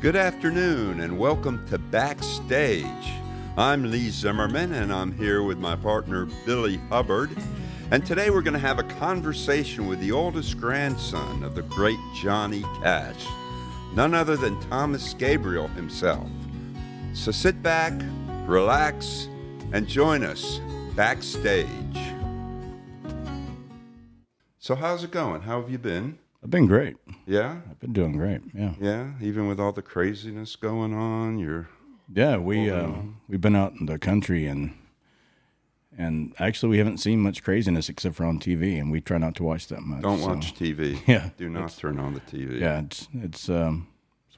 Good afternoon and welcome to Backstage. I'm Lee Zimmerman and I'm here with my partner Billy Hubbard. And today we're going to have a conversation with the oldest grandson of the great Johnny Cash, none other than Thomas Gabriel himself. So sit back, relax, and join us backstage. So, how's it going? How have you been? I've been great. Yeah? I've been doing great. Yeah. Yeah, even with all the craziness going on, you're Yeah, we uh, we've been out in the country and and actually we haven't seen much craziness except for on TV and we try not to watch that much. don't so- watch TV. Yeah. do not turn on the TV. Yeah, it's it's um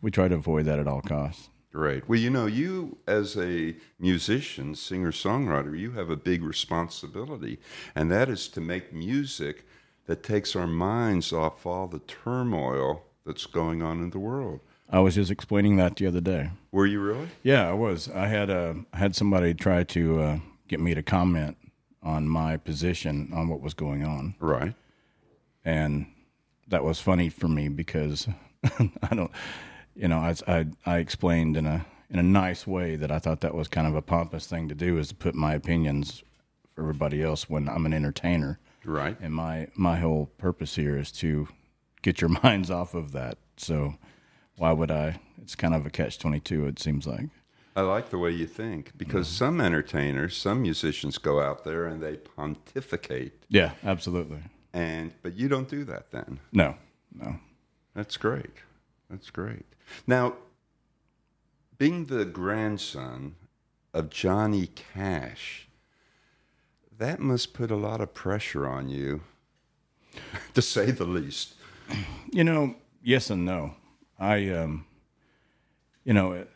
we try to avoid that at all costs. Great. Well, you know, you as a musician, singer, songwriter, you have a big responsibility, and that is to make music that takes our minds off all the turmoil that's going on in the world. I was just explaining that the other day. Were you really? Yeah, I was. I had uh, had somebody try to uh, get me to comment on my position on what was going on. Right. and that was funny for me because I don't, you know, I, I I explained in a in a nice way that I thought that was kind of a pompous thing to do is to put my opinions for everybody else when I'm an entertainer, Right. and my my whole purpose here is to get your minds off of that. So why would I? It's kind of a catch twenty two. It seems like. I like the way you think because Mm-hmm. some entertainers, some musicians go out there and they pontificate, Yeah, absolutely. and but you don't do that then. No, no. That's great. That's great. Now, being the grandson of Johnny Cash, that must put a lot of pressure on you, to say the least. You know, yes and no. I, um, you know, it,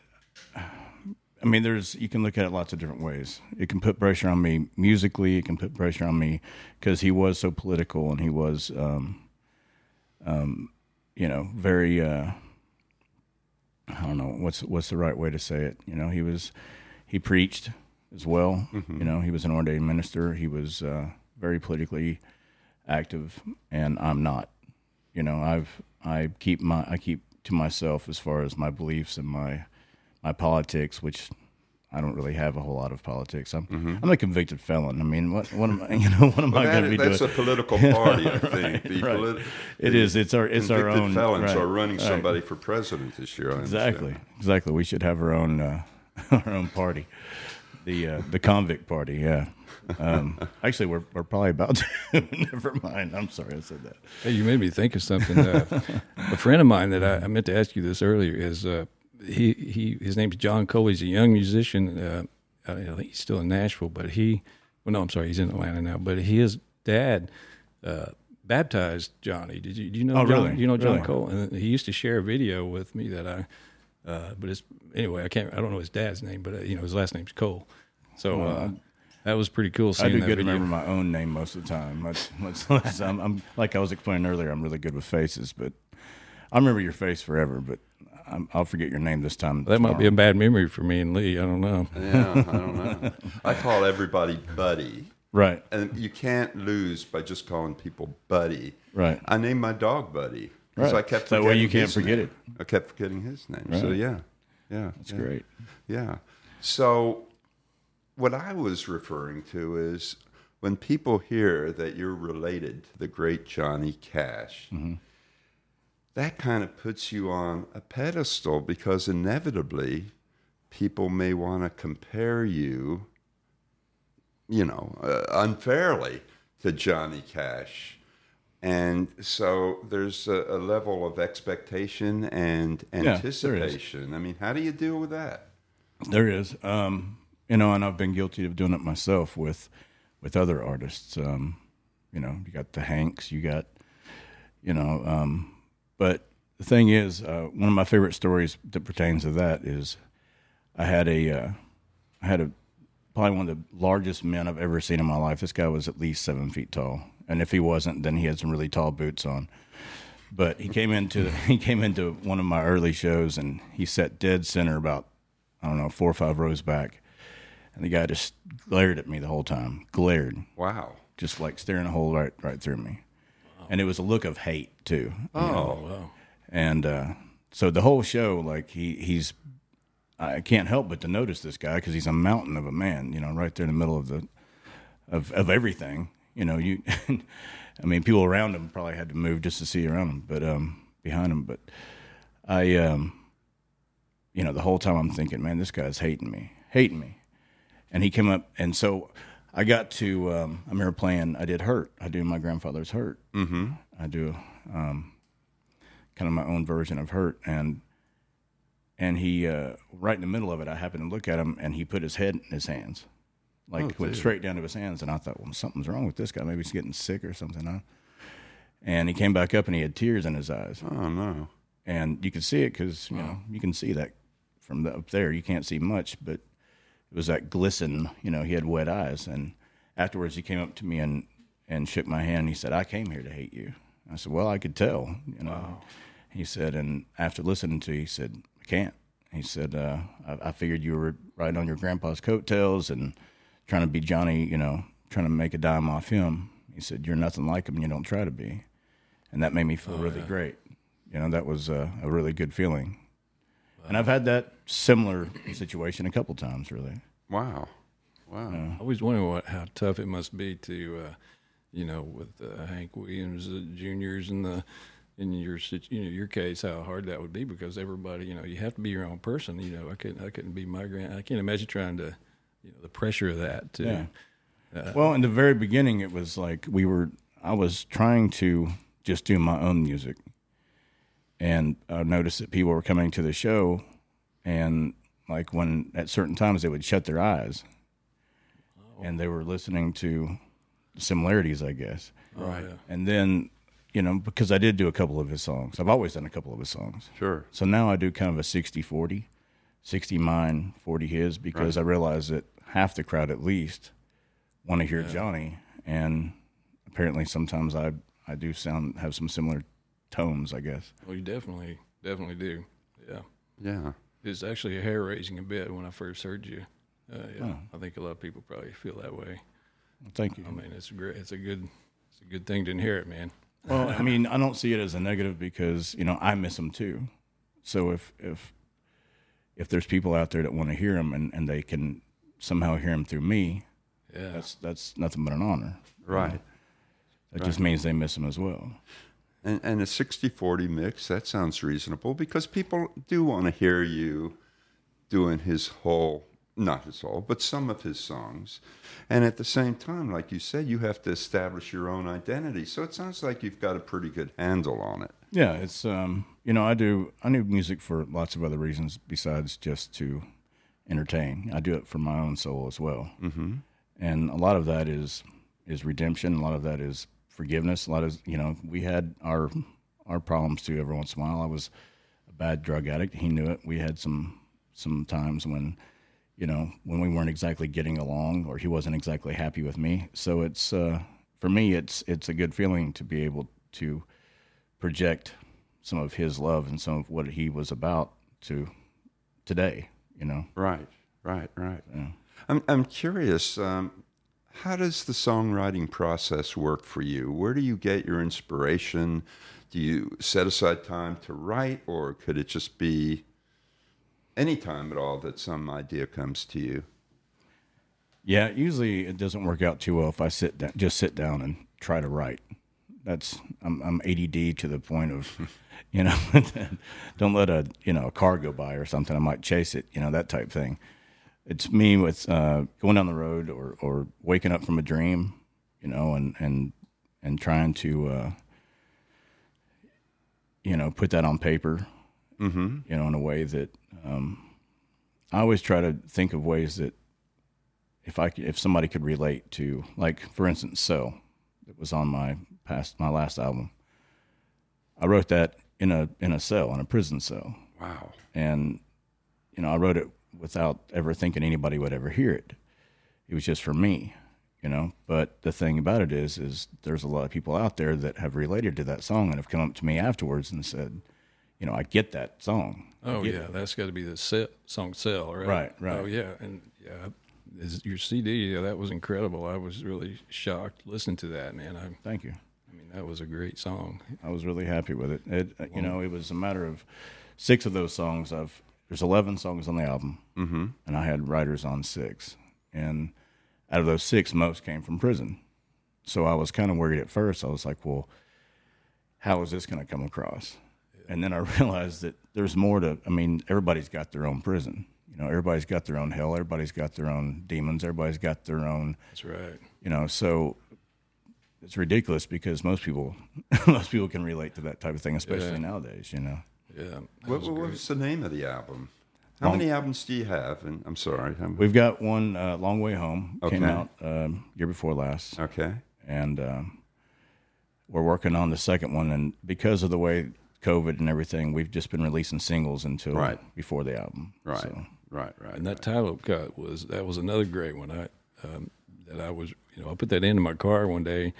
I mean, there's you can look at it lots of different ways. It can put pressure on me musically. It can put pressure on me because he was so political and he was, um, um, you know, very. Uh, I don't know what's what's the right way to say it. You know, he was he preached as well. Mm-hmm. You know, he was an ordained minister. He was uh, very politically active, and I'm not. You know, I've I keep my I keep to myself as far as my beliefs and my my politics, which I don't really have a whole lot of politics. I'm I'm a convicted felon. I mean, what what am I, you know what am Mm-hmm. I That- going to be that's doing? a political party, I think. The right. polit- It is. It's our it's our convicted own felons right, are running right. somebody for president this year. I understand. Exactly. Exactly. We should have our own uh, our own party. The uh, the convict party, yeah. Um, actually, we're we're probably about to. never mind. I'm sorry I said that. Hey, you made me think of something. Uh, a friend of mine that I, I meant to ask you this earlier is uh, he he his name's John Cole. He's a young musician. Uh, I think he's still in Nashville, but he well no, I'm sorry, he's in Atlanta now. But his dad uh, baptized Johnny. Did you do you know? Oh, John, really? do You know John Really? Cole, and he used to share a video with me that I. Uh, but it's anyway. I can't. I don't know his dad's name, but uh, you know his last name's Cole. So uh, that was pretty cool. I Seeing do that good video. remember my own name most of the time. Let's, let's, let's, I'm, I'm like I was explaining earlier. I'm really good with faces, but I remember your face forever. But I'm, I'll forget your name this time. That might be a bad memory for me and Lee. I don't know. Yeah, I don't know. I call everybody buddy. right. And you can't lose by just calling people buddy. Right. I named my dog Buddy because Right. I kept That way you forgetting can't his forget name. I kept forgetting his name. So Right. yeah, yeah, That's yeah, great. Yeah. So what I was referring to is when people hear that you're related to the great Johnny Cash. Mm-hmm. That kind of puts you on a pedestal because inevitably people may want to compare you, you know, uh, unfairly to Johnny Cash. And so there's a, a level of expectation and there is. anticipation. I mean, how do you deal with that? There is, um, you know, and I've been guilty of doing it myself with with other artists. Um, you know, you got the Hanks, you got, you know, um, but the thing is, uh, one of my favorite stories that pertains to that is, I had a, uh, I had a probably one of the largest men I've ever seen in my life. This guy was at least seven feet tall, and if he wasn't, then he had some really tall boots on but he came into he came into one of my early shows and he sat dead center about I don't know four or five rows back, and the guy just glared at me the whole time, glared Wow. just like staring a hole right right through me, and it was a look of hate too. Oh, and uh, so the whole show, like he he's, I can't help but to notice this guy because he's a mountain of a man. You know, right there in the middle of the, of of everything. You know, you, I mean, people around him probably had to move just to see around him, but um, behind him. But I um, you know, the whole time I'm thinking, man, this guy's hating me, hating me. And he came up, and so I got to. Um, I remember playing. I did hurt. I do my grandfather's hurt. Mm-hmm. I do um, kind of my own version of hurt, and and he uh, right in the middle of it, I happened to look at him, and he put his head in his hands, like went straight down to his hands, and I thought, well, something's wrong with this guy. Maybe he's getting sick or something. Huh? And he came back up, and he had tears in his eyes Oh no. and you could see it because you know you can see that from the, up there. You can't see much, but it was that glisten. You know, he had wet eyes, and afterwards he came up to me and and shook my hand. And he said, "I came here to hate you." I said, "Well, I could tell." You know, he said, and after listening to, you, he said, "I can't." He said, uh, I, "I figured you were riding on your grandpa's coattails and trying to be Johnny. You know, trying to make a dime off him." He said, "You're nothing like him. and You don't try to be." and that made me feel really great. You know, that was uh, a, a really good feeling. And I've had that similar situation a couple times, really. Wow. Wow. I always wonder what how tough it must be to, uh, you know, with uh, Hank Williams uh, juniors and the in your sit- you know your case how hard that would be because everybody you know you have to be your own person. You know, I couldn't I couldn't be my grand. I can't imagine trying to, you know, the pressure of that. To, Yeah. well, in the very beginning, it was like we were. I was trying to just do my own music, and I noticed that people were coming to the show, and like when at certain times they would shut their eyes, and they were listening to similarities, I guess. Right. oh, yeah. And then, you know, because I did do a couple of his songs. I've always done a couple of his songs. Sure. So now I do kind of a 60 40, 60 mine, 40 his, because I realize that half the crowd at least want to hear Johnny. And apparently sometimes I, I do sound, have some similar tones, I guess. Well, you definitely definitely do. Yeah. Yeah. It's actually hair raising a bit when I first heard you. Uh, yeah, I think a lot of people probably feel that way. Thank you. I mean, it's a great, it's a good, it's a good thing to inherit, man. Well, I mean, I don't see it as a negative because you know I miss them too. So if if if there's people out there that want to hear them and, and they can somehow hear them through me, Yeah, that's that's nothing but an honor. Right. That just means they miss them as well. And, and a 60 40 mix, that sounds reasonable because people do want to hear you doing his whole, not his whole, but some of his songs. And at the same time, like you said, you have to establish your own identity. So it sounds like you've got a pretty good handle on it. Yeah, it's um, you know, I do I do music for lots of other reasons besides just to entertain. I do it for my own soul as well, mm-hmm. and a lot of that is is redemption. A lot of that is forgiveness. A lot of you know, we had our our problems too every once in a while. I was a bad drug addict. He knew it. We had some some times when you know when we weren't exactly getting along, or he wasn't exactly happy with me. So it's uh, for me, it's it's a good feeling to be able to project some of his love and some of what he was about to today, you know. Right, right, right. I'm, I'm curious, um, how does the songwriting process work for you? Where do you get your inspiration? Do you set aside time to write, or could it just be any time at all that some idea comes to you? Yeah, usually it doesn't work out too well if I sit down, just sit down and try to write. That's I'm I'm ADD to the point of, you know, don't let a you know a car go by or something. I might chase it, you know, that type thing. It's me with uh, going down the road or or waking up from a dream, you know, and and and trying to, uh, you know, put that on paper, mm-hmm. you know, in a way that um, I always try to think of ways that if I could, if somebody could relate to like for instance so that was on my past my last album I wrote that in a in a cell in a prison cell Wow. and you know I wrote it without ever thinking anybody would ever hear it it was just for me you know but the thing about it is is there's a lot of people out there that have related to that song and have come up to me afterwards and said you know I get that song Oh yeah, that's got to be the set, song sell, right? Right, right. Oh yeah, and yeah, is your CD, yeah, that was incredible. I was really shocked listening to that, man. I, thank you I mean, that was a great song. uh, I was really happy with it. It, you know, it was a matter of six of those songs I've there's eleven songs on the album, mm-hmm. and I had writers on six, and out of those six, most came from prison. So I was kind of worried at first. I was like, well, how is this going to come across? And then I realized that there's more to. I mean, everybody's got their own prison. You know, everybody's got their own hell. Everybody's got their own demons. Everybody's got their own That's right. you know so it's ridiculous because most people most people can relate to that type of thing especially Yeah. nowadays you know Yeah. What, what was the name of the album? How many albums do you have? And I'm sorry. I'm, we've got one uh, long way home came Okay. out um, year before last okay. and um, we're working on the second one and because of the way covid and everything we've just been releasing singles until Right. before the album Right. So, Right. Right. And that title cut was that was another great one. I um, that I was you know I put that into my car one day,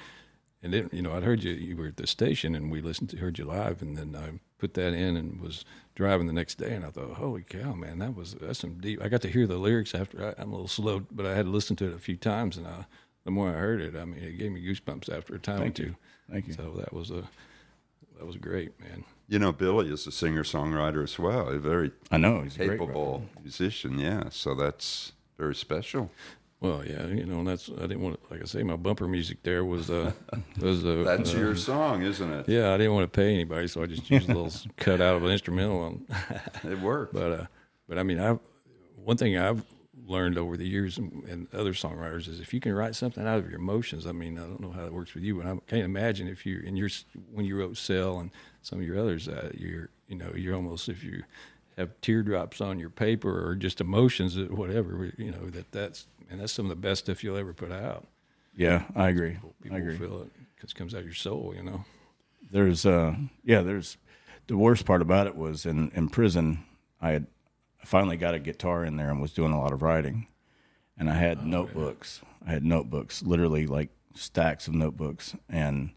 and then you know I'd heard you you were at the station and we listened to heard you live, and then I put that in and was driving the next day, and I thought, holy cow, man, that was that's some deep. I got to hear the lyrics after I, I'm a little slow, but I had to listen to it a few times, and I the more I heard it, I mean, it gave me goosebumps after a time or two. thank you So that was a that was great, man. You know, Billy is a singer songwriter as well. A very i know he's a great rapper. capable musician. Yeah. So that's very special. Well, yeah, you know, and that's I didn't want to, like I say, my bumper music there was uh was uh, That's uh, your song, isn't it? yeah, I didn't want to pay anybody, so I just used a little cut out of an instrumental. On, It worked. but uh, but I mean, I one thing I've learned over the years and, and other songwriters is if you can write something out of your emotions. I mean, I don't know how that works with you, but I can't imagine if you in your when you wrote "Cell" and some of your others, uh, you're you know you're almost if you have teardrops on your paper or just emotions, or whatever you know that that's and that's some of the best stuff you'll ever put out. yeah i agree i People agree feel it because it comes out of your soul, you know. there's uh yeah there's the worst part about it was in in prison i had I finally got a guitar in there and was doing a lot of writing and i had notebooks i had notebooks literally like stacks of notebooks and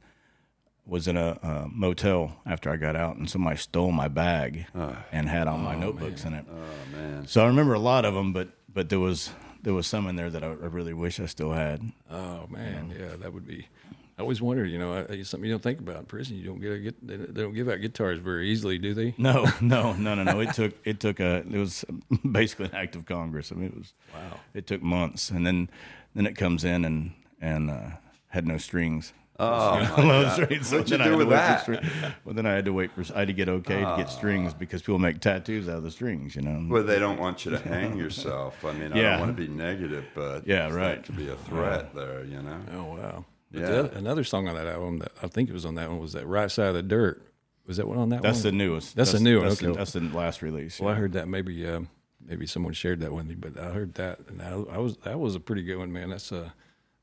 was in a, uh motel after i got out and somebody stole my bag and had all my notebooks in it oh man. so i remember a lot of them but but there was there was some in there that i, I really wish i still had Oh man, yeah, that would be. I always wonder, you know, I- it's something you don't think about in prison. You don't get a get. They don't they don't give out guitars very easily, do they? no no no no no it took it took a it was basically an act of congress i mean it was Wow. It took months, and then then it comes in and and uh, had no strings. Oh, my Low God. strings. What'd you then do I had to with wait that? For string. Well, then I had to wait for I had to get okay to get strings because people make tattoos out of the strings, you know. Well, they don't want you to hang yourself. I mean, I Yeah. don't want to be negative, but Yeah, right. That could be a threat there. You know. Oh wow. But Yeah. the oth- another song on that album that I think it was on that one was that right side of the dirt. Was that one on that that's one? the newest. That's the new one, That's, the, okay. that's the last release. Well, I heard that maybe um, maybe someone shared that with me, but I heard that and I, I was that was a pretty good one, man. That's uh,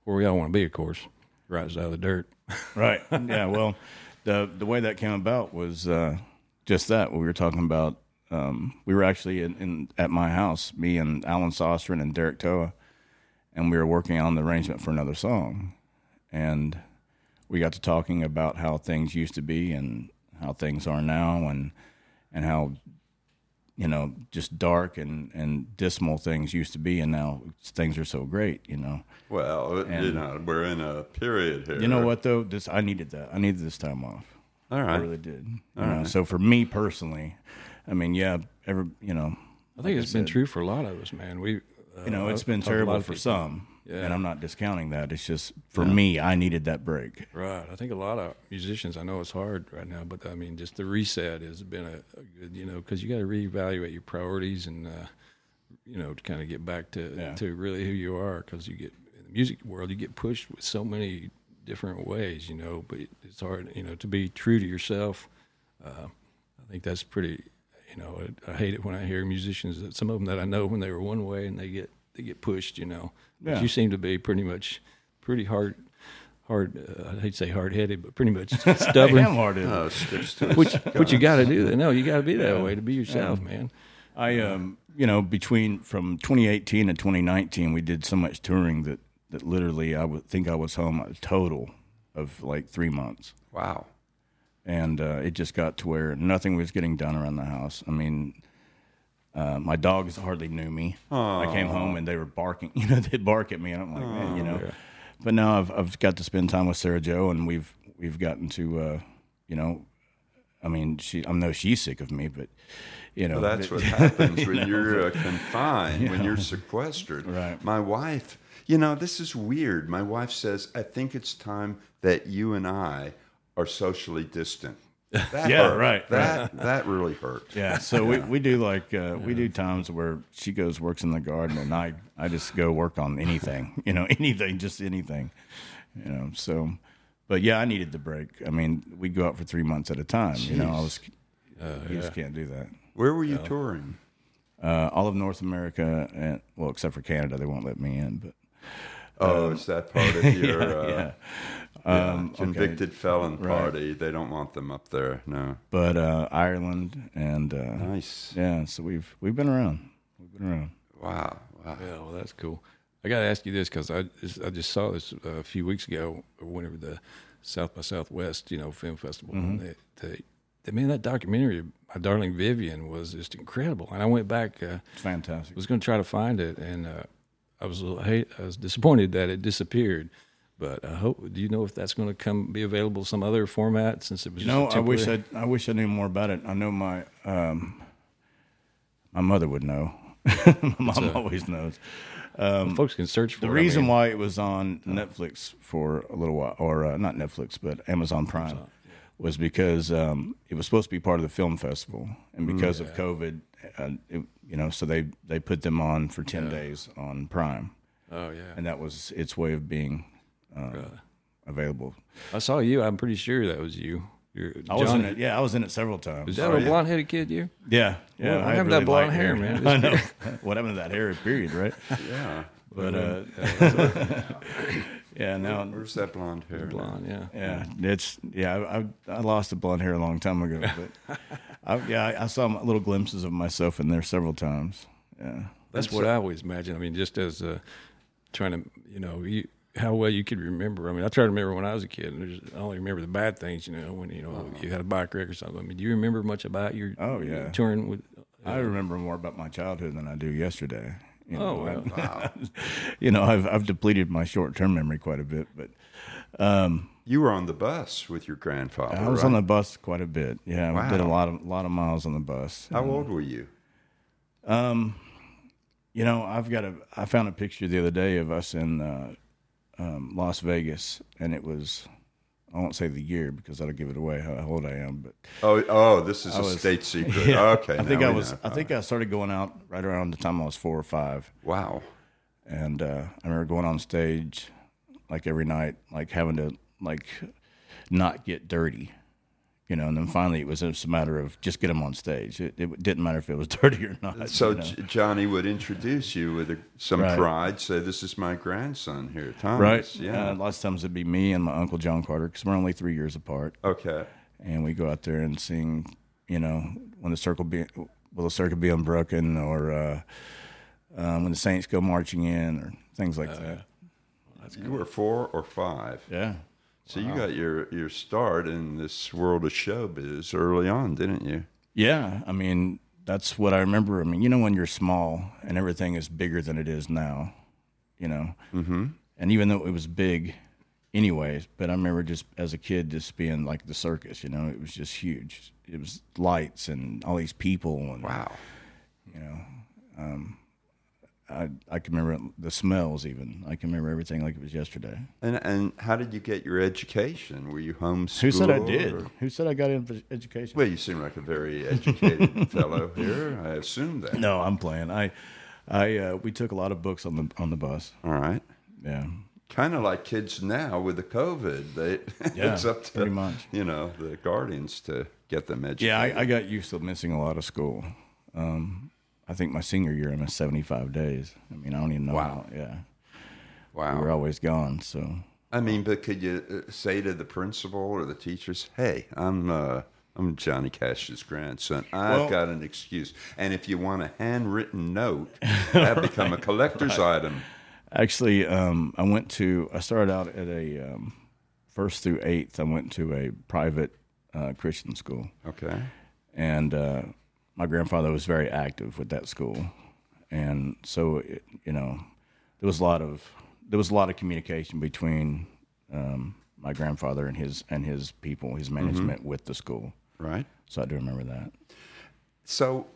where we all want to be, of course. Right side of the dirt. right. Yeah. Well, the the way that came about was uh, just that. What we were talking about. Um, we were actually in, in at my house, me and Alan Sostrin and Derek Toa, and we were working on the arrangement for another song, and we got to talking about how things used to be and how things are now, and and how you know just dark and and dismal things used to be, and now things are so great, you know. Well, you know, we're in a period here. You know what though? This I needed that. I needed this time off. All I right. really did. You know, So for me personally, I mean, yeah, every you know, I think it's been true for a lot of us, man. We uh, you know, it's been talked to a lot terrible of for people. some, and I'm not discounting that. It's just for me, I needed that break. Right. I think a lot of musicians, I know it's hard right now, but I mean, just the reset has been a, a good, you know, because you got to reevaluate your priorities and, uh, you know, to kind of get back to, Yeah. to really who you are. Because you get in the music world, you get pushed with so many different ways, you know, but it, it's hard, you know, to be true to yourself. Uh, I think that's pretty, you know, I, I hate it when I hear musicians that some of them that I know when they were one way and they get, they get pushed, you know, Yeah. but you seem to be pretty much pretty hard hard. Uh, I hate to say hard headed, but pretty much I am stubborn. hard in it. Uh, sticks to his Which what you got to do? No, you got to be that way to be yourself, man. I um, you know, between from 2018 and 2019, we did so much touring that that literally I would think I was home a total of like three months. Wow. and uh, it just got to where nothing was getting done around the house. I mean, uh, my dogs hardly knew me. I came home and they were barking. You know, they'd bark at me, and I'm like, man, you know. But now I've I've got to spend time with Sarah Joe, and we've we've gotten to, uh, you know, I mean, she I know she's sick of me, but you know Well, that's what happens when you're uh, confined, when you're sequestered. Right. My wife, you know, this is weird. My wife says, I think it's time that you and I are socially distant. That Yeah, hurt. right, That that really hurt. Yeah, so we, we do like uh, we do times where she goes works in the garden and I I just go work on anything you know anything just anything you know so but yeah I needed the break I mean we'd go out for three months at a time you know I was Oh, you just can't do that Where were you touring? uh, all of North America and well except for Canada they won't let me in but Oh, is that part of your uh, Um, yeah Um, yeah, okay. convicted felon party? They don't want them up there. No. but uh, Ireland and uh, Nice. yeah so we've we've been around we've been around Wow. Wow. Yeah, well, that's cool. I got to ask you this because I just, I just saw this uh, a few weeks ago, or whenever the South by Southwest, you know, film festival. and Mm-hmm. They, they, they made that documentary. My darling Vivian was just incredible, and I went back. Uh, it's fantastic was going to try to find it, and uh, I was a little hate, I was disappointed that it disappeared. But I hope. Do you know if that's going to come be available some other format since it was? You know, just I wish I I wish I knew more about it. I know my um, my mother would know. my mom always knows. folks can search for um, The it, I reason mean. why it was on Netflix for a little while, or uh, not Netflix, but Amazon Prime, was because um, it was supposed to be part of the film festival, and Mm, because of COVID, uh, it, you know, so they they put them on for ten days on Prime, oh yeah, and that was its way of being uh, available. I saw you. I'm pretty sure that was you. You're, I was in it. Yeah, I was in it several times. Oh, Is that a blonde headed kid? You? Yeah, yeah. What I happened to really that blonde light hair, man? I know. what happened to that hair? Period. Right. Yeah. But uh, yeah, now Where's that blonde hair? Blonde, yeah. yeah, it's yeah. I, I I lost the blonde hair a long time ago, but I, yeah, I, I saw little glimpses of myself in there several times. Yeah, That's what I always imagine. I mean, just as uh, trying to, you know, you, how well you could remember. I mean, I try to remember when I was a kid, and there's, I only remember the bad things. You know, when you know you had a bike wreck or something. I mean, do you remember much about your? Uh-huh. Oh, yeah. Oh, touring with. I remember more about my childhood than I do yesterday. You Oh, know, I- well. you know, I've I've depleted my short term memory quite a bit, but You were on the bus with your grandfather. I was right? on the bus quite a bit. Yeah, I did a Wow. lot of lot of miles on the bus. How old were you? You know, I've got a. I found a picture the other day of us in uh, um, Las Vegas, and it was. I won't say the year because that'll give it away how old I am. But Oh, oh, this is a was- state secret. yeah, Okay, I think now I we was. know. I think I started going out right around the time I was four or five, Wow. and uh, I remember going on stage like every night, like having to like not get dirty. You know, and then finally it was just a matter of just get them on stage. It, it didn't matter if it was dirty or not. So you know? J- Johnny would introduce you with a, some Right. pride, say, "This is my grandson here, Thomas." right? Yeah. Uh, lots of times it'd be me and my uncle John Carter because we're only three years apart. okay. and we go out there and sing, you know, when the circle be will the circle be unbroken, or uh, um, when the saints go marching in, or things like that. You were four or five, Oh, Yeah, so you got your your start in this world of showbiz early on, didn't you? yeah. I mean, that's what I remember. I mean, you know, when you're small and everything is bigger than it is now, you know, mm-hmm. and even though it was big. Anyways, but I remember just as a kid, just being like the circus, you know, it was just huge. It was lights and all these people and um, Wow. I, I can remember the smells even. I can remember everything like it was yesterday. And and how did you get your education? Were you homeschooled? Who said I did? or- Who said I got into education? Well, you seem like a very educated fellow here. I assume that. No, I'm playing. I, I uh, we took a lot of books on the on the bus. All right. Yeah, kind of like kids now with the COVID. They Yeah, it's up to pretty much. you know the guardians to get them educated. yeah. I, I got used to missing a lot of school. Um, I think my senior year, I missed 75 days. I mean, I don't even know. Wow. How, yeah, we were wow. always gone. So I mean, but could you uh, say to the principal or the teachers, "Hey, I'm uh, I'm Johnny Cash's grandson. I've Well- got an excuse, and if you want a handwritten note, that become a collector's item." Actually, um, I went to. I started out at a um, first through eighth. I went to a private uh, Christian school. Okay. and uh, my grandfather was very active with that school, and so it, you know there was a lot of there was a lot of communication Mm-hmm. between um, my grandfather and his and his people, his management with the school. right? So I do remember that. So,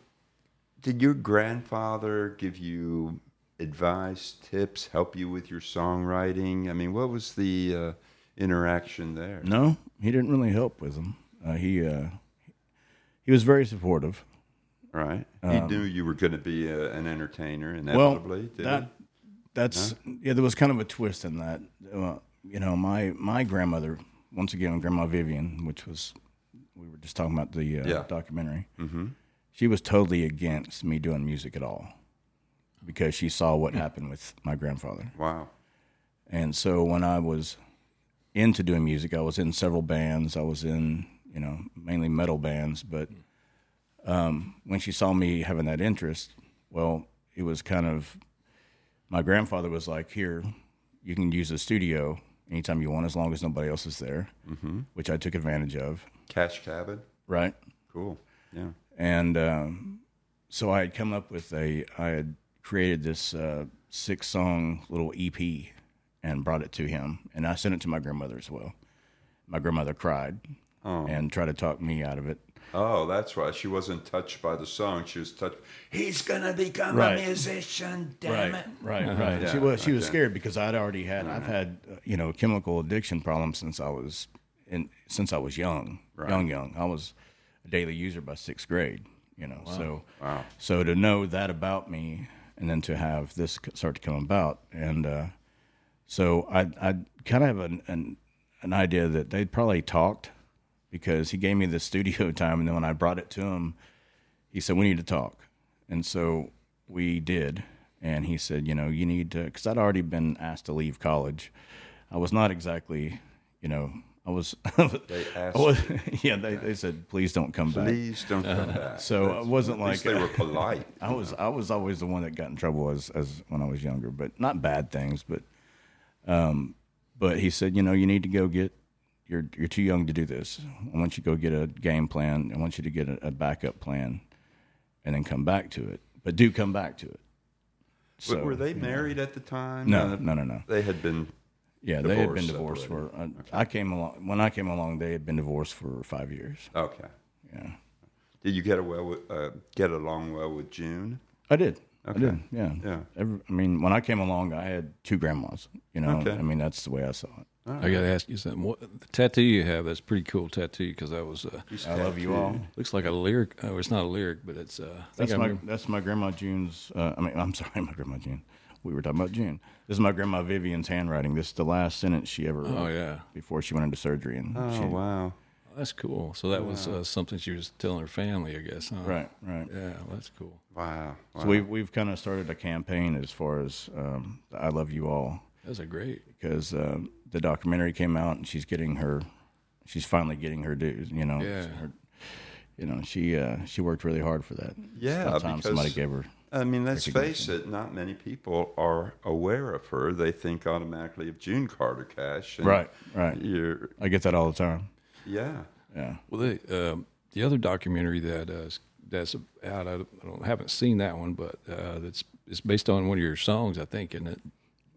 did your grandfather give you advice, tips, help you with your songwriting? I mean, what was the uh, interaction there? No, he didn't really help with them. Uh, he uh, he was very supportive. Right? he knew you were going to be a, an entertainer Um, Well, inevitably. did that, he? that's yeah. There was kind of a twist in that. Uh, you know, my my grandmother, once again, Grandma Vivian, which was we were just talking about the uh, Yeah. documentary. Mm-hmm. She was totally against me doing music at all because she saw what happened with my grandfather. Wow. And so when I was into doing music, I was in several bands. I was in, you know, mainly metal bands. But um, when she saw me having that interest, well, it was kind of my grandfather was like, "Here, you can use the studio anytime you want, as long as nobody else is there," mm-hmm. which I took advantage of. Cash Cabin? Right. Cool. Yeah. And um, so I had come up with a, I had created this uh, six song little EP and brought it to him. And I sent it to my grandmother as well. My grandmother cried and tried to talk me out of it. Oh, that's why she wasn't touched by the song. She was touched. He's gonna become Right. a musician. Damn it! right, right. Uh-huh. she Yeah, was she was okay. scared because I'd already had I've had uh, you know chemical addiction problems since I was in since I was young, young, young. I was a daily user by sixth grade. You know, so Wow. so to know that about me, and then to have this c- start to come about, and uh, so I I kind of have an, an an idea that they probably talked because he gave me the studio time, and then when I brought it to him, he said we need to talk, and so we did, and he said you know you need to because I'd already been asked to leave college, I was not exactly you know I was They I asked, was, yeah they they said please don't come back "Please don't come back." Uh-huh. so I wasn't At least like they were polite. I was I was always the one that got in trouble as as when I was younger, but not bad things, but um but he said, you know, you need to go get you're you're too young to do this. I want you to go get a game plan. I want you to get a, a backup plan and then come back to it. But do come back to it. But were they married at the time? Uh, No, no, no, no. They had been. Yeah, they had been Divorce divorced for I, I came along when I came along they had been divorced for 5 years. Okay. Yeah. Did you get a well with, uh, get along well with June? I did. Okay. I did. Yeah. Yeah. Every, I mean, when I came along, I had two grandmas. You know, Okay. I mean, that's the way I saw it. I got to ask you something. What the tattoo you have? That's a pretty cool tattoo because that was uh, He's I love you all. tattooed. looks like a lyric. Oh, it's not a lyric, but it's. Uh, I think That's I my remember- that's my grandma June's. Uh, I mean, I'm sorry, my grandma June. We were talking about June. This is my grandma Vivian's handwriting. This is the last sentence she ever wrote Oh yeah, before she went into surgery. And she, Oh wow. Oh, that's cool. So that was uh, something she was telling her family, I guess. Huh? right, right. Yeah, well, that's cool. Wow. wow. So we've we've kind of started a campaign as far as um, the I love you all That's a great. because uh, the documentary came out and she's getting her, she's finally getting her dues. You know, Yeah. Her- you know she uh, she worked really hard for that. Yeah, It's about time somebody because- gave her. I mean, let's face it, not many people are aware of her. They think automatically of June Carter Cash. and Right, right. You're, I get that all the time. yeah. Yeah. Well, the um the other documentary that uh, that's out, I, don't, I haven't seen that one, but uh, that's it's based on one of your songs, I think, isn't it?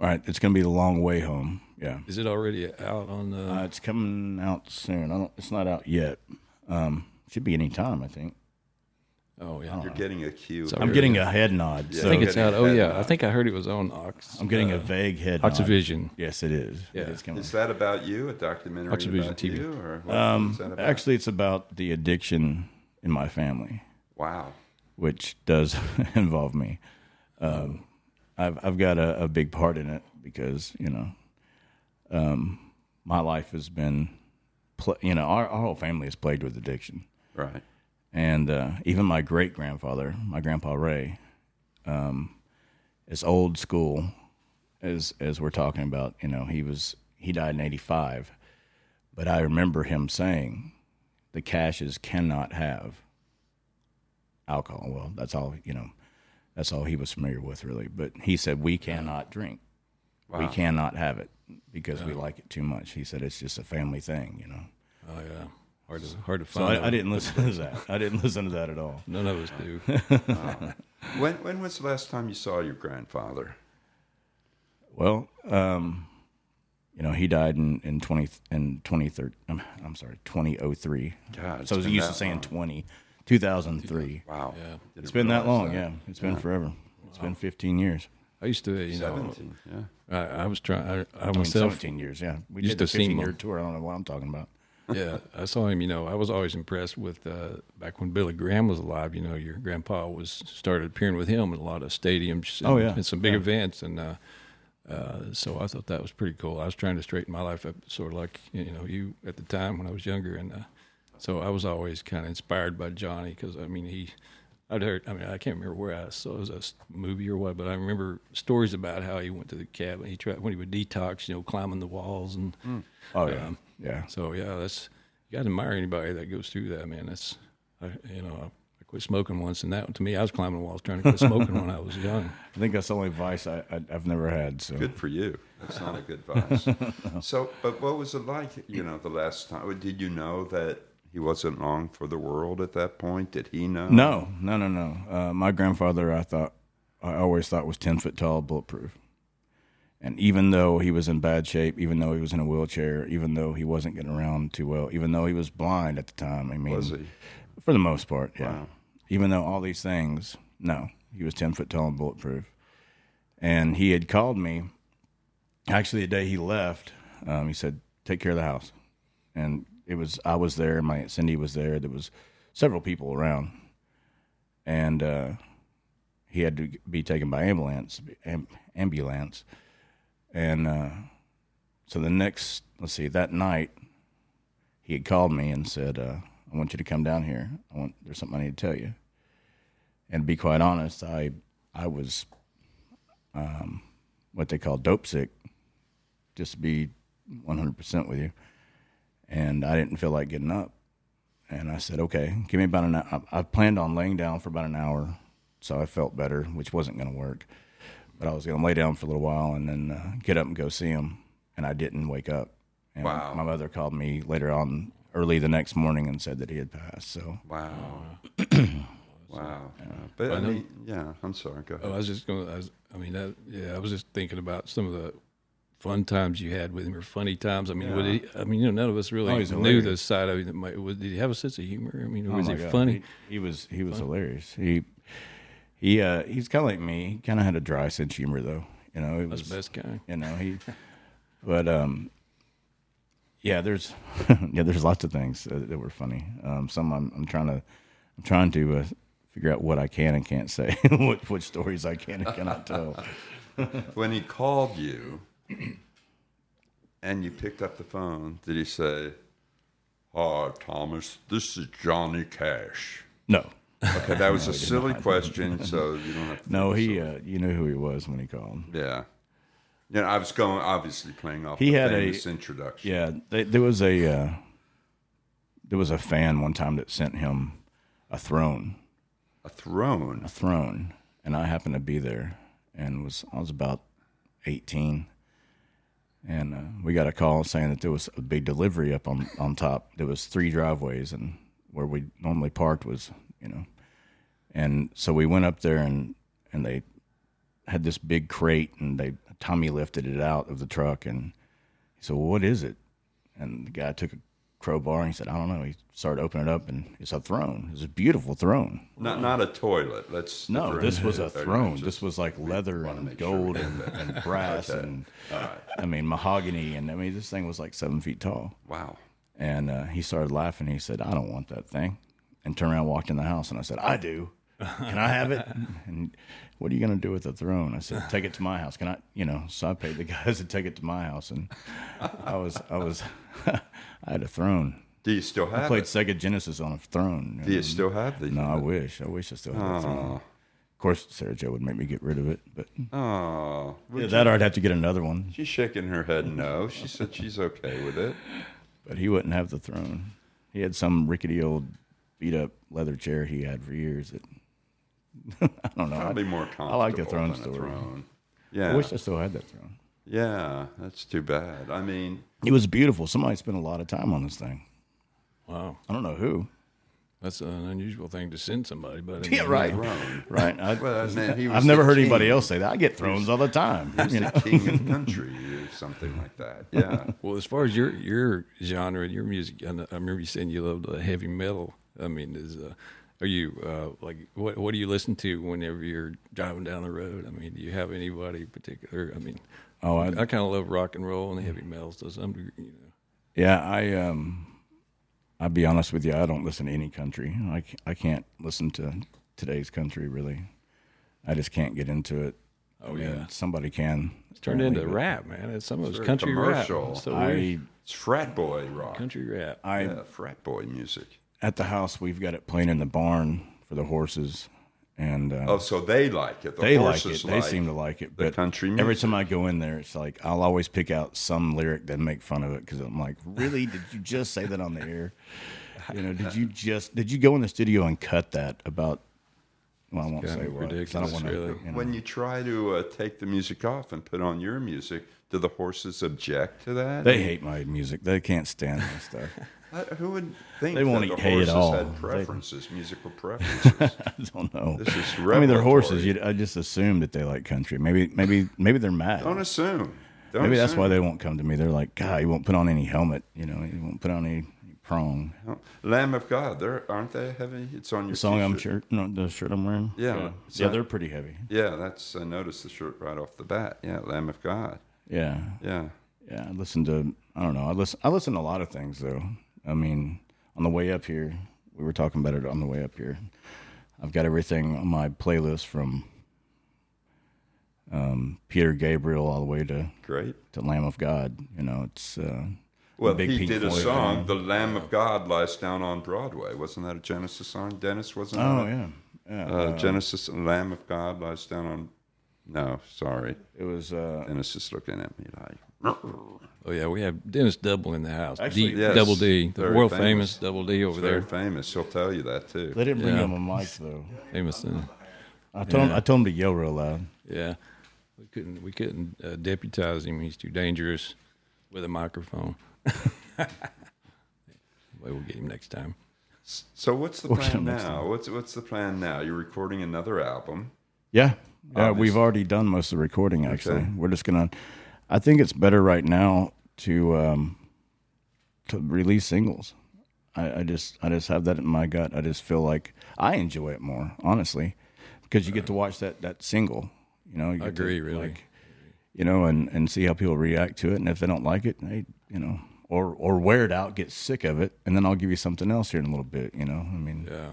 All right, it's gonna be the long way home. Yeah, Is it already out on the? uh, it's coming out soon. I don't. It's not out yet. Um, should be any time. I think. oh yeah, You're getting a cue. Sorry. Uh-huh. I'm getting a head nod. Oh, I So think it's uh, out. Oh Getting yeah, that, I think I heard it was on Ox. I'm getting a vague head nod. Oxyvision. Yes, it is. Yeah. it's coming. Is that about you? A documentary Oxyvision about TV. you, or what is that Um, about? actually, it's about the addiction in my family, wow. which does involve me. Um, I've I've got a, a big part in it because you know, um, my life has been, pla you know, our, our whole family is plagued with addiction. Right. and uh, even my great grandfather, my grandpa Ray, um, is old school. As as we're talking about, you know, he was he died in '85, but I remember him saying, "The Cashes cannot have alcohol." Well, that's all you know. That's all he was familiar with, really. But he said we cannot drink, we cannot have it because we like it too much. He said it's just a family thing, you know. Oh yeah, hard to hard to So find. I, I didn't listen to that. I didn't listen to that at all. None of us do. When when was the last time you saw your grandfather? Well, um, You know, he died in in twenty in twenty thirteen. I'm, I'm sorry, twenty oh three. God, it's so I was been used to that saying long. 20, 2003. Wow. Didn't It's been that realize long, yeah. It's been forever. It's been fifteen years. I used to, you know, 17, yeah. I, I was trying. I, I I mean, myself, seventeen years, yeah. We used did the to see fifteen year more. tour. I don't know what I'm talking about. yeah, I saw him. You know, I was always impressed with uh, back when Billy Graham was alive. You know, your grandpa was started appearing with him in a lot of stadiums. And, Oh, yeah. and some big events, and uh, uh, so I thought that was pretty cool. I was trying to straighten my life up, sort of like you know you at the time when I was younger, and uh, so I was always kind of inspired by Johnny because I mean he. I'd heard. I mean, I can't remember where I saw it was a s- movie or what, but I remember stories about how he went to the cabin. He tried when he would detox, you know, climbing the walls and Oh yeah, yeah. so yeah, that's you got to admire anybody that goes through that, man. That's I, you know, I quit smoking once, and that to me, I was climbing walls trying to quit smoking when I was young. I think that's the only vice I, I I've never had. So Good for you. That's not a good advice. So, but what was it like, you know, the last time? Did you know that he wasn't long for the world at that point? Did he know? no, no, no, no. Uh, my grandfather, I thought, I always thought was ten foot tall, bulletproof. And even though he was in bad shape, even though he was in a wheelchair, even though he wasn't getting around too well, even though he was blind at the time, I mean, Was he? for the most part, yeah. Even though all these things, no, he was ten foot tall and bulletproof. And he had called me. Actually, the day he left, um, he said, "Take care of the house." And it was I was there. My aunt Cindy was there. There was several people around, and uh, he had to be taken by ambulance. Am- ambulance, and uh, so the next, let's see, that night, he had called me and said, uh, "I want you to come down here. I want there's something I need to tell you." And to be quite honest, I I was um, what they call dope sick, just to be 100 percent with you, and I didn't feel like getting up. And I said, "Okay, give me about an hour." I, I planned on laying down for about an hour, so I felt better, which wasn't going to work. But I was going to lay down for a little while and then uh, get up and go see him. And I didn't wake up. And Wow. my mother called me later on early the next morning and said that he had passed. So Wow. wow. Uh, But I mean, yeah, I'm sorry. Go ahead. Oh, I was just going. to I mean, that, yeah, I was just thinking about some of the fun times you had with him or funny times. I mean, would he, I mean, you know, none of us really Oh, he's knew hilarious. the side of him. That might, was, did he have a sense of humor? I mean, Oh was my he God. funny? He, he was he was hilarious. He he uh, he's kind of like me. He kind of had a dry sense of humor though. You know, it That's was the best guy. you know he, but um, yeah. There's yeah. There's lots of things that, that were funny. Um, some I'm, I'm trying to I'm trying to uh, figure out what I can and can't say. what what stories I can and cannot tell. when he called you and you picked up the phone, did he say, Hi, Thomas, this is Johnny Cash? No. Okay, that was a silly question, so you don't have to. No, he. Uh, you knew who he was when he called. Yeah. You know, I was going, obviously, playing off He the had a- famous introduction. Yeah, they, there was a uh, there was a fan one time that sent him a throne, A throne. a throne, and I happened to be there, and was I was about eighteen, and uh, we got a call saying that there was a big delivery up on on top. There was three driveways, and where we normally parked was you know, and so we went up there and and they had this big crate and they Tommy lifted it out of the truck and he said, well, "What is it?" And the guy took a crowbar and he said, "I don't know." He started opening it up and it's a throne. It's a beautiful throne. Not, not a toilet. Let's. No, differentiate this was a there. throne. This was like leather and make sure gold we and, and brass and I mean mahogany and I mean this thing was like seven feet tall. Wow. And uh, he started laughing. He said, "I don't want that thing," and turned around, and walked in the house, and I said, "I do. Can I have it?" and what are you going to do with the throne? I said, "Take it to my house." Can I? You know, so I paid the guys to take it to my house, and I was, I was, I had a throne. Do you still have I played it? Sega Genesis on a throne. Do you still have the? no, I wish. I wish I still had a throne. Of course, Sarah Jo would make me get rid of it, but Oh, yeah, that or I'd have to get another one. she's shaking her head. No, she said she's okay with it. But he wouldn't have the throne. He had some rickety old, beat up leather chair he had for years that I don't know. Probably I, more comfortable. like the throne than a story. throne. I Yeah, wish I still had that throne. yeah, that's too bad. I mean, It was beautiful. Somebody spent a lot of time on this thing. Wow. I don't know who. That's an unusual thing to send somebody, but Yeah, right. Throne. Right. I, Well, man, he was I've never the heard anybody king. else say that. I get thrones all the time. He was the king of country or something like that. Yeah. Well, as far as your your genre, your music, I know- I remember you saying you loved uh, heavy metal. I mean, is uh, are you uh, like what what do you listen to whenever you're driving down the road? I mean, do you have anybody particular? I mean, Oh, I, I, kind of love rock and roll and heavy metal to some degree. You know. yeah. I um, I'll be honest with you. I don't listen to any country. I c- I can't listen to today's country really. I just can't get into it. Oh yeah. somebody can. It's turned into rap, man. It's some of those very country rap. commercial. So weird. I It's frat boy rock. country rap. I Yeah, frat boy music. at the house we've got it playing in the barn for the horses, and uh, Oh, so they like it. The they like it. horses They seem to like it. the But country every music. time I go in there, it's like I'll always pick out some lyric then make fun of it because I'm like, really? did you just say that on the air? You know, did you just did you go in the studio and cut that about? Well, I won't kinda say what. 'cause I ridiculous, don't want to. really. When you try to uh, take the music off and put on your music, do the horses object to that? They hate my music. They can't stand my stuff. Uh, Who would think They that won't the eat hay horses at all. had They- preferences, musical preferences? I don't know. This is I mean, they're horses. revelatory. You'd, I just assume that they like country. Maybe, maybe, maybe they're mad. Don't assume. Don't Maybe that's assume. why they won't come to me. They're like, God, he won't put on any helmet. You know, he won't put on any prong. No. Lamb of God, they're, aren't they heavy? It's on your The song I'm t-shirt. shirt, no, the shirt I'm wearing. Yeah. yeah, It's Yeah, not- they're pretty heavy. Yeah, that's I noticed the shirt right off the bat. Yeah, Lamb of God. Yeah, Yeah, yeah. I listen to, I don't know. I listen, I listen to a lot of things though. I mean, on the way up here, we were talking about it on the way up here. I've got everything on my playlist from um, Peter Gabriel all the way to great. to Lamb of God. You know, it's uh, Well, big he Pink did a Floyd song, fan. "The Lamb of God Lies Down on Broadway." Wasn't that a Genesis song? Dennis wasn't. oh that yeah, yeah. a- uh, Genesis, "Lamb of God Lies Down on." No, sorry. It was. Uh, Dennis is looking at me like. Oh yeah, we have Dennis Double in the house. Actually, D, yes, Double D, the very world famous. famous Double D over Over there, there. famous. He'll tell you that too. they didn't bring Yeah. him a mic though. Famous. uh, I told him I told him to yell real loud. Yeah, we couldn't we couldn't uh, deputize him. He's too dangerous with a microphone. Maybe we'll get him next time. So what's the We'll get plan him next now? What's what's the plan now? You're recording another album. Yeah, yeah. Obviously. We've already done most of the recording. Actually, Okay. we're just gonna. I think it's better right now to um, to release singles. I, I just I just have that in my gut. I just feel like I enjoy it more, honestly, because you get to watch that that single. You know, you get to, agree, really. you know, and and see how people react to it, and if they don't like it, they you know, or or wear it out, get sick of it, and then I'll give you something else here in a little bit. You know, I mean, Yeah.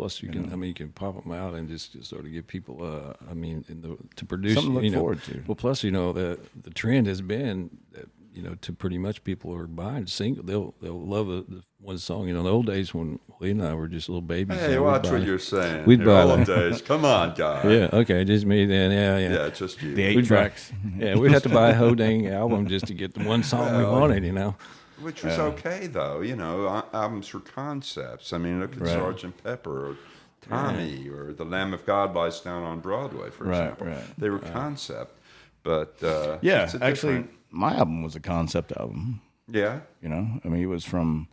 Plus, you can. Uh, I mean, you can pop them out and just, just sort of give people. Uh, I mean, in the, to produce Something to look you know, forward to. Well, plus, you know, the the trend has been, that, you know, to pretty much people who are buying single. They'll they'll love a, the one song. You know, in the old days when Lee and I were just little babies. Hey, and we'd watch buy- what you're saying. We'd We'd buy all that. days. Come on, guys. Yeah. Okay. Just me then. Yeah. Yeah. Yeah, it's just you. the eight We'd buy- tracks. yeah, we'd have to buy a whole dang album just to get the one song we wanted, you know. Which was uh, okay, though. You know, al- albums were concepts. I mean, look at Sergeant Pepper or Tommy or The Lamb of God Lies Down on Broadway, for Right, example. right. They were concept, but uh, Yeah, it's a actually, different- my album was a concept album. yeah. You know, I mean, it was from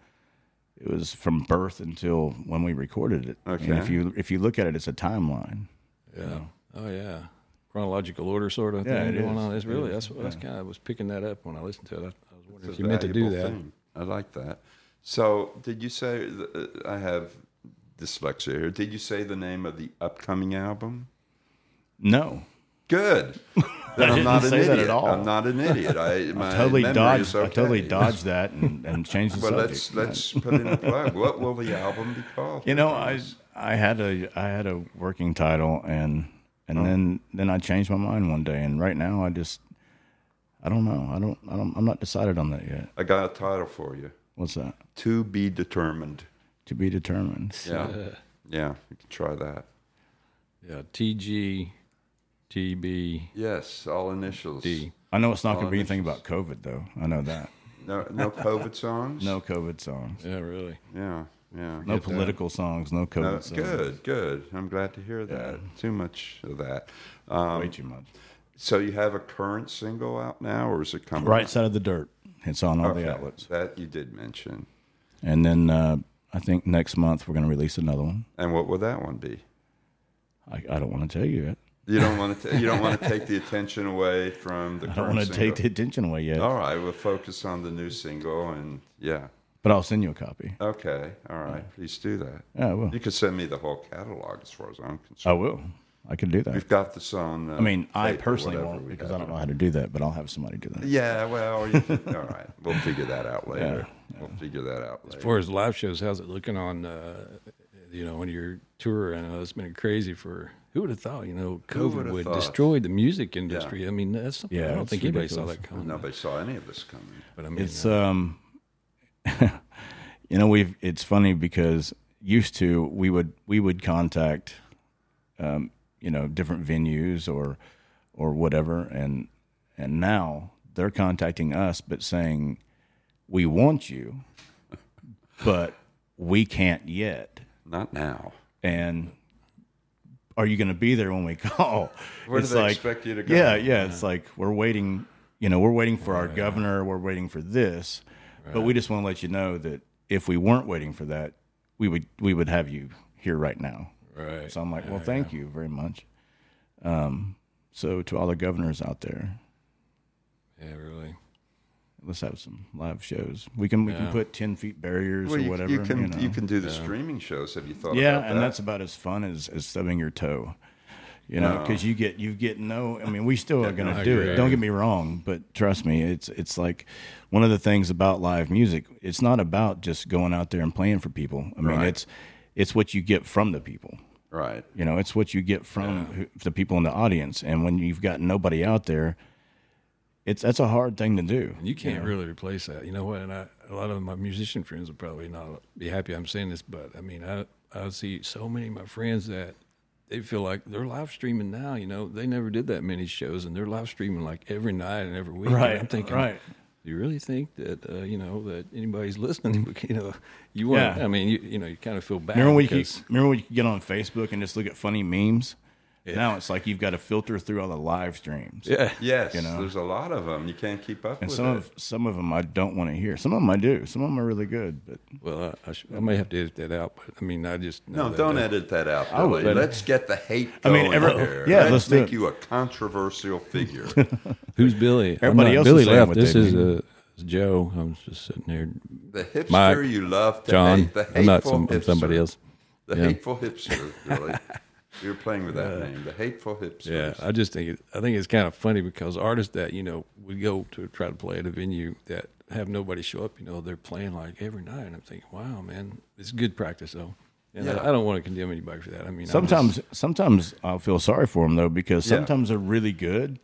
it was from birth until when we recorded it. And Okay. if you if you look at it, it's a timeline. Yeah. Oh yeah. Chronological order, sort of. Yeah, thing it going is. on. It's It really is, that's that's kind of I was picking that up when I listened to it. I, I was wondering It's if a you meant to do valuable that. thing. I like that. So, did you say th- I have dyslexia here? Did you say the name of the upcoming album? No, Good. Then didn't I'm not an say that idiot. at all. I'm not an idiot. I, my totally memory dodged. is okay. I totally dodged that and, and changed the Well, subject. let's let's put in a plug. What will the album be called? you know, I I had a I had a working title and and Oh. then then I changed my mind one day and right now I just I don't know. I don't I don't I'm not decided on that yet. I got a title for you. What's that? To be determined. To be determined. Yeah, yeah. You can try that. Yeah. T G T B Yes, all initials. D. I know it's Oh, not going to be anything about COVID though. I know that. No, no COVID songs. No COVID songs. Yeah, really. Yeah, yeah. No political songs. No COVID No, songs. good, good. I'm glad to hear that. Too much of that. Um, Way too much. so you have a current single out now, or is it coming? Right side of the dirt. It's on all the Okay, outlets. That you did mention. And then uh, I think next month we're going to release another one. And what will that one be? I, I don't want to tell you yet. You don't want to. you don't want to take the attention away from the. I don't want to take the attention away yet, All right, we'll focus on the new single, and yeah, but I'll send you a copy. okay, all right. Please do that. Yeah, I will. You could send me the whole catalog, as far as I'm I concerned. will. I can do that. We've got this on. Uh, I mean, I tape or personally whatever won't we because have I don't it. know how to do that, but I'll have somebody do that. Yeah, well, you can, all right. We'll figure that out later. We'll figure that out later. As far as live shows, how's it looking on, uh, you know, on your tour? I know it's been crazy for. Who would have thought? You know, would've COVID would thought? destroy the music industry. I mean, that's something Yeah, I don't it's think anybody saw ridiculous. that coming. Nobody saw any of this coming. But I mean, It's um, you know, we've it's funny because used to we would we would contact, um, you know, different venues or or whatever, and and now they're contacting us but saying we want you, but we can't yet, Not now. and. Are you going to be there when we call? Where do they expect you to go? Yeah, yeah. It's like we're waiting. You know, we're waiting for our governor. We're waiting for this, but we just want to let you know that if we weren't waiting for that, we would we would have you here right now. right. So I'm like, well, thank you very much. Um, so to all the governors out there, Yeah, really. let's have some live shows. We can we can put ten feet barriers Well, or you, whatever. you can you, know. can do the streaming shows. Have you thought? yeah, about and that? that's about as fun as as stubbing your toe. You know, because you get you get no. I mean, we still are going to I do agree. it. Don't get me wrong, but trust me, it's it's like one of the things about live music. It's not about just going out there and playing for people. I mean, Right. it's it's what you get from the people. right. You know, it's what you get from who the people in the audience. And when you've got nobody out there, it's that's a hard thing to do. You can't really replace that. You know what? And I, a lot of my musician friends would probably not be happy I'm saying this, but I mean, I, I see so many of my friends that they feel like they're live streaming now. You know, they never did that many shows and they're live streaming like every night and every week. And Right, I'm thinking, right. Do you really think that, uh, you know, that anybody's listening? You know, you want, Yeah. I mean, you, you know, you kind of feel bad. Remember when you because- could, remember when you could get on Facebook and just look at funny memes? Now it's like you've got to filter through all the live streams. yeah. Yes, there's a lot of them. You can't keep up And with some it. of some of them I don't want to hear. Some of them I do. Some of them are really good, but Well, I, I, should, I may have to edit that out, but I mean, I just. know no, that, don't uh, edit that out. Billy. would. Let's get the hate I going mean, every- here. yeah, let's, let's do make it. you a controversial figure. Who's Billy? I'm Everybody not- else is Billy saying left. what This they is mean. uh, Joe. I'm just sitting there The hipster Mike, you love to John. hate. The hateful I'm not some, I'm hipster. somebody else. The Yeah. hateful hipster. Really, you're playing with that name. The hateful hipster. Yeah, I just think it, I think it's kind of funny because artists that you know would go to try to play at a venue that have nobody show up. You know, they're playing like every night, and I'm thinking, wow, man, it's good practice though. And Yeah. I, I don't want to condemn anybody for that. I mean, I'm sometimes sometimes I'll feel sorry for them though because Yeah. sometimes they're really good,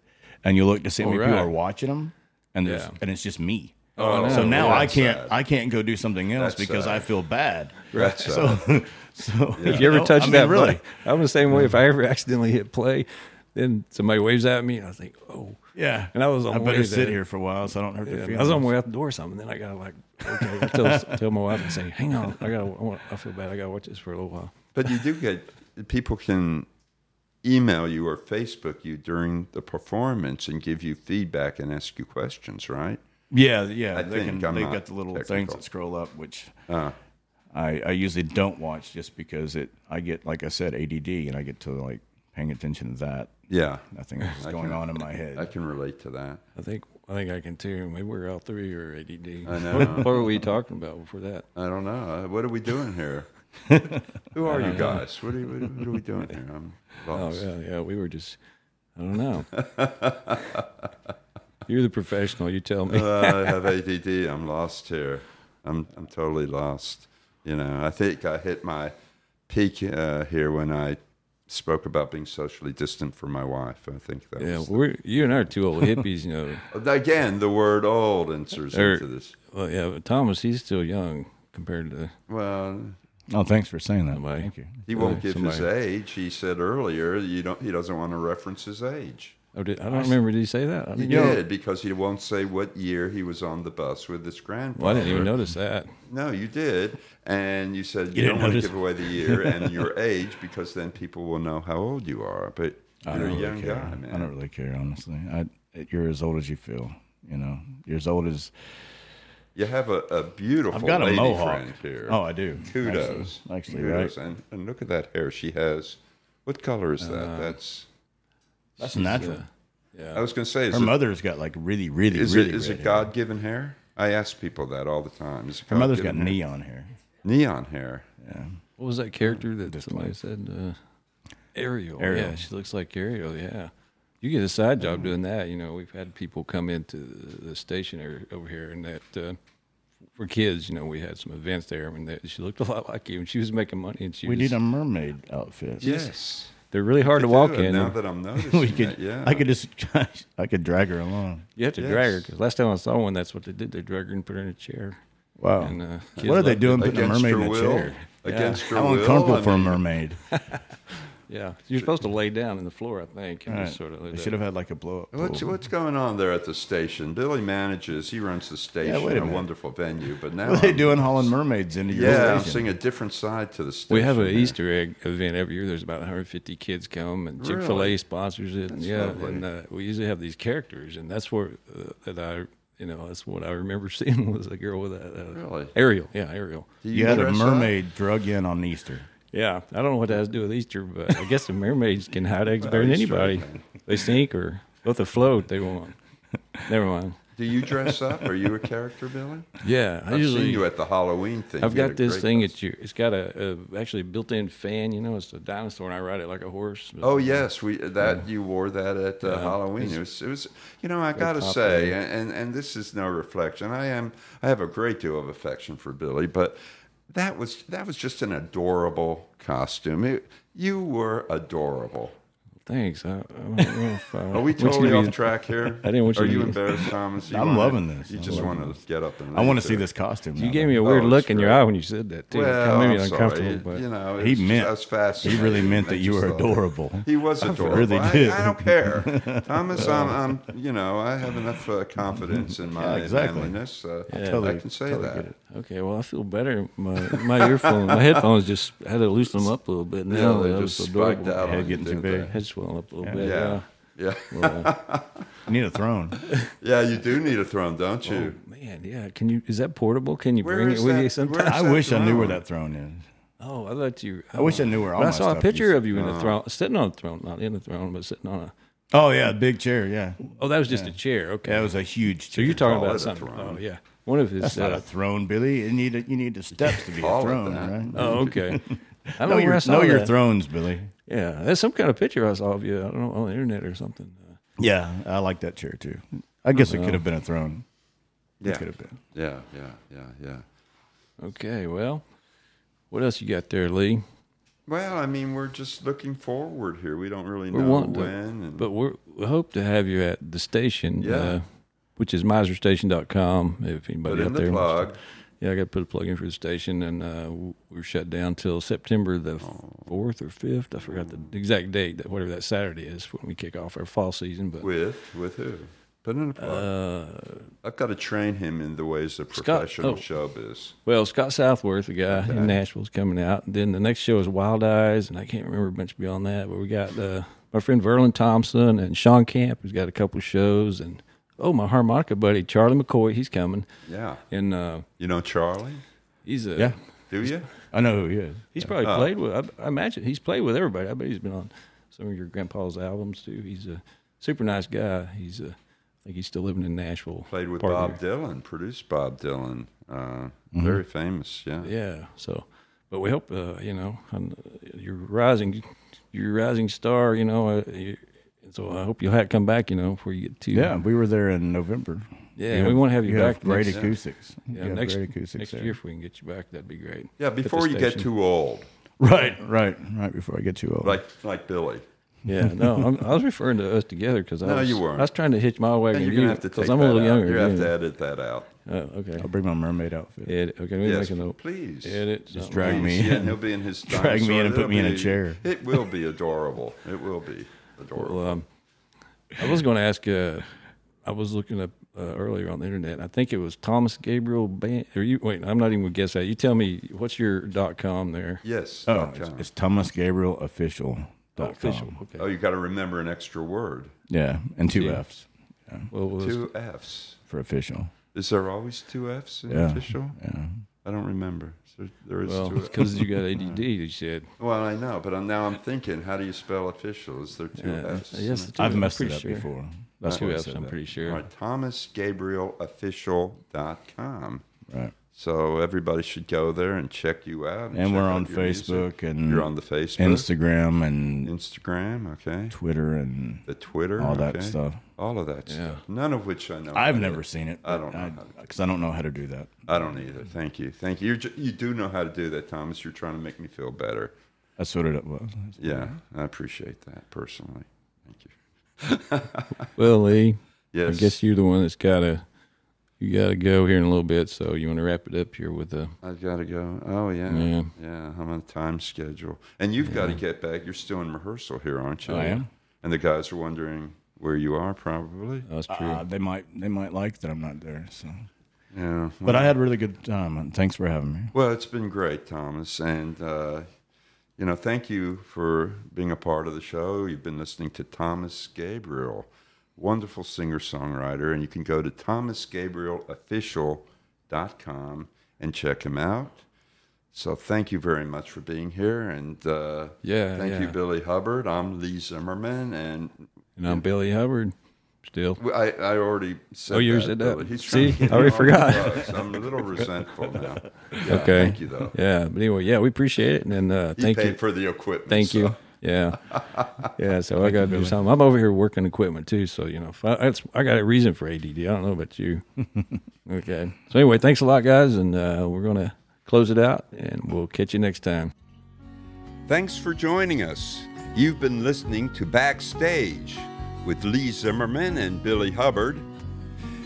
and you look to see how many right. people are watching them, and there's Yeah. and it's just me. Oh, so now yeah, I that's can't sad. I can't go do something else That's because I sad. feel bad. That's sad. So so just- if you ever know, touch I mean, that, really. really, I'm the same way. If I ever accidentally hit play, then somebody waves at me, and I think, oh, Yeah, And I was I on better way sit there. here for a while so I don't hurt their Yeah, feelings. I was on my way out the door or something. Then I gotta like, okay, I tell, tell my wife and say, hang on, I gotta, I, want, I feel bad. I gotta watch this for a little while. But you do get people can email you or Facebook you during the performance and give you feedback and ask you questions, right? Yeah, yeah. I they think can, I'm they've not got the little things technical. Uh-huh. that scroll up, which I, I usually don't watch just because it. I get like I said ADD, and I get to like paying attention to that. Yeah, Nothing else is going on in my I head. can relate to that. I think I think I can too. Maybe we're all three or ADD. I know. What, what were we talking about before that? I don't know. Uh, What are we doing here? Who are you guys? What are, you, what are we doing here? I'm Uh-huh. Oh lost. yeah, yeah. We were just I don't know. You're the professional. You tell me. Uh, I have ADD. I'm lost here. I'm I'm totally lost. You know, I think I hit my peak uh, here when I spoke about being socially distant from my wife. I think that yeah, was we're you and I are two old hippies. You know, again the word old enters Er- into this. well, yeah. But Thomas, he's still young compared to Well, Oh, thanks for saying that. Somebody. Thank you. he won't Really? give his Somebody- age. He said earlier you don't. He doesn't want to reference his age. Oh, did, I don't remember. Did he say that? I, He mean, you know, did because he won't say what year he was on the bus with his grandfather. well, I didn't even notice that. No, you did, and you said you, didn't don't want notice? to give away the year and your age because then people will know how old you are. But you're I don't a really young care. guy, I don't man. really care, honestly. I, you're as old as you feel. You know, you're as old as You have a, a beautiful I've got a lady mohawk. friend here. Oh, I do. kudos, Actually, actually, kudos. right? And, and look at that hair she has. What color is Uh, that? That's. That's natural. I was going to say, is Her it, mother's got like really, really, is really. it, is red it hair. God given hair? I ask people that all the time. Is it Her mother's got God-given hair? neon hair. neon hair. What was that character that somebody said? Uh, Ariel. Ariel. Yeah, she looks like Ariel. Yeah. You get a side job doing that. You know, we've had people come into the the station area over here, and that uh, for kids, you know, we had some events there, and that she looked a lot like you, and she was making money, and she We was. need a mermaid outfit. Yes. they're really hard to Could do walk it in. Now that I'm noticing we could. that, yeah. I could just. I could drag her along. you have to Yes. drag her because last time I saw one, that's what they did. They dragged her and put her in a chair. Wow. And, uh, kids what are they loved it. doing? Putting a against mermaid her in a will. chair. Against her How will. uncomfortable I for a mean, mermaid. Yeah, you're supposed to lay down on the floor, I think. And Right. just sort of they should have had like a blow up. What's, what's going on there at the station? Billy manages. He runs the station, wait a, a minute. wonderful venue. But now What are they I'm- doing hauling mermaids into your Yeah, I'm station? seeing a different side to the station. We have an there. Easter egg event every year. There's about 150 kids come, and Chick Fil A Really? sponsors it. and yeah, lovely. and uh, we usually have these characters, and that's where uh, that I, you know, that's what I remember seeing was a girl with a, a Really? Ariel. Yeah, Ariel. Do You had a dress up? mermaid drug in on Easter. Yeah, I don't know what that has to do with Easter, but I guess the mermaids can hide eggs better than Easter anybody. They sink or both afloat. They won't. Never mind. Do you dress up? Are you a character, Billy? Yeah, I I've usually seen you at the Halloween thing. I've You had a got this great thing. costume. It's you. It's got a, a actually built-in fan. You know, it's a dinosaur, and I ride it like a horse. but- Oh yes, we that you wore that at uh, Halloween. It was, it was, you know, I gotta say, and and this is no reflection. I am, I have a great deal of affection for Billy, but that was that was just an adorable costume. It, you were adorable. Thanks. I, I don't know if, uh, Are we want you to totally be- off track here? I didn't want you Are to you be- embarrassed, Thomas? You I'm wanna- loving this. You I'm just loving want to get up and. I want leave to see there. this costume. You now, gave me a Oh, weird it's look in your great. eye when you said that too. Well, it made me I'm uncomfortable. sorry. But you know, He it's just- meant- I was fascinated. He really meant I that you just were thought that. adorable. He was adorable. really I, did. I don't care, Thomas. I'm, I'm, you know, I have enough uh, confidence in my Yeah, exactly. manliness. Uh, I, totally- can say totally get that. it. okay, well, I feel better. My my earphone, my headphones just I had to loosen them up a little bit. Yeah, Now they that I was just adorable. spiked out. Head on you, getting didn't too they? big. Head swelling up a little bit. Yeah, Yeah. yeah, You need a throne. yeah. You do need a throne, don't oh, you? Man, yeah. Can you? Is that portable? Can you Where bring is it with that- you sometime? where- I that wish I knew where throne? that throne is. Oh, I thought you. I wish I knew where all But I my saw a stuff picture used- of you in a throne, sitting on a throne, not in a throne, but sitting on a. Oh yeah, big chair. Yeah, Oh, that was just a chair. Okay. that was a huge. so Chair. you're talking Call it a about something. throne. Oh, yeah. One of his. That's not uh, a throne, Billy. You need a, you need the steps to be a Call it throne, that. right? Oh, okay. I don't know where I your saw know your that. thrones, Billy. Yeah, that's some kind of picture I saw of you. I don't know on the internet or something. Uh, Yeah, I like that chair too. I guess it could have been a throne. Yeah, It could have been. yeah, yeah, yeah, yeah. Okay, well, what else you got there, Lee? Well, I mean, we're just looking forward here. We don't really We know want to, when. and, but we're, we hope to have you at the station, Yeah. uh, which is miserstation.com. If put anybody in out the there, wants to- plug. yeah, I got to put a plug in for the station, and uh, w- we're shut down till September the Oh. fourth or fifth. I forgot the exact date. That whatever that Saturday is when we kick off our fall season, but. Uh, With with who? Put in a plug. I've got to train him in the ways of professional oh. showbiz. Well, Scott Southworth, the guy in Nashville, is coming out. And then the next show is Wild Eyes, and I can't remember much beyond that. But we got uh, my friend Verlin Thompson and Sean Camp, who's got a couple shows, and oh, my harmonica buddy Charlie McCoy, he's coming, Yeah, and uh, you know Charlie. he's a Yeah, Do you? I know who he is. he's probably Uh, played with. I, I imagine he's played with everybody. I bet he's been on some of your grandpa's albums too. He's a super nice guy. He's a, I think he's still living in Nashville. Played with Partner. Bob Dylan, produced Bob Dylan. Uh, Very famous, yeah. Mm-hmm. Yeah. So, but we hope uh, you know um, you're rising, you're a rising star. You know, uh, you, so I hope you'll have come back. You know, before you get too. Yeah, we were there in November. Yeah. You we have- want to have you, back great next, uh, acoustics. You yeah, have next, great acoustics next there. year if we can get you back, that'd be great. Yeah, At the before you get station. too old, Right, right, right. Before I get too old, like like Billy. Yeah. No, I'm, I was referring to us together because I No, was, you weren't. I was trying to hitch my Hey, wagon. you're to gonna you have to take because I'm a that little out. younger. You have to yeah. edit that out. Oh, okay. I'll bring my mermaid outfit. Edit. Okay. Let me Yes, make a note. please. Edit. Just drag me. Yeah, and he'll be in his Drag me dinosaur. in and put It'll me in a be- chair. It will be adorable. It will be adorable. Well, um, I was going to ask. Uh, I was looking up uh, earlier on the internet. And I think it was Thomas Gabriel Band. Or you wait? I'm not even going to guess that. You tell me what's your dot com there? yes. Oh, dot it's, com. it's Thomas Gabriel official. Official. Okay. oh, you got to remember an extra word. Yeah, and two F's Well, it was Two F's. for official. Is there always two F's in Yeah. official? Yeah. I don't remember. So there is Well, two. because you got ADD, you said. Well, I know, but I'm, now I'm thinking, how do you spell official? Is there two Yeah, F's? yes, two I've Fs, messed I'm it pretty up sure. before. That's two why I F's, said I'm that. pretty All sure. right, thomasgabrielofficial.com. Right. So everybody should go there and check you out. And check we're out on your music. Facebook and You're on the Facebook, Instagram and Instagram, okay. Twitter and The Twitter, all that okay. stuff. All of that Yeah. stuff. None of which I know. I've never seen it. I don't know how because I, don't know how to do that. I don't either. Thank you. Thank you. You're ju- you do know how to do that, Thomas. You're trying to make me feel better. That's what it was. Yeah, I appreciate that personally. Thank you. Well, Lee, Yes. I guess you're the one that's got to you got to go here in a little bit. So you want to wrap it up here with uh, the I've got to go. Oh yeah, Yeah. yeah. I'm on a time schedule, and you've got to get back. You're still in rehearsal here, aren't you? I am. And the guys are wondering where you are, probably. that's true. Uh, they might they might like that I'm not there. So, Yeah. but I had a really good time. and Thanks for having me. Well, it's been great, Thomas, and uh, you know, thank you for being a part of the show. You've been listening to Thomas Gabriel, wonderful singer-songwriter, and you can go to thomasgabrielofficial.com and check him out. So thank you very much for being here, and uh, Yeah, thank you, yeah. Billy Hubbard. I'm Lee Zimmerman, and and I'm Billy Hubbard. Still, well, I, I already said Oh, you that. said that. Billy. He's See? trying to get I me already off the forgot. drugs. I'm a little resentful now. Yeah, Okay. Thank you, though. yeah. But anyway, yeah, we appreciate it, and then, uh, He thank paid you, for the equipment. thank so- you. Yeah, yeah. So I got to do something. I'm over here working equipment too. So you know, if I, that's, I got a reason for ADD. I don't know about you. okay. So anyway, thanks a lot, guys, and uh, we're gonna close it out, and we'll catch you next time. Thanks for joining us. You've been listening to Backstage with Lee Zimmerman and Billy Hubbard.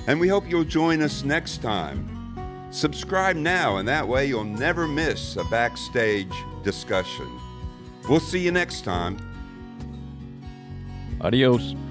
And we hope you'll join us next time. Subscribe now, and that way you'll never miss a backstage discussion. We'll see you next time. Adios.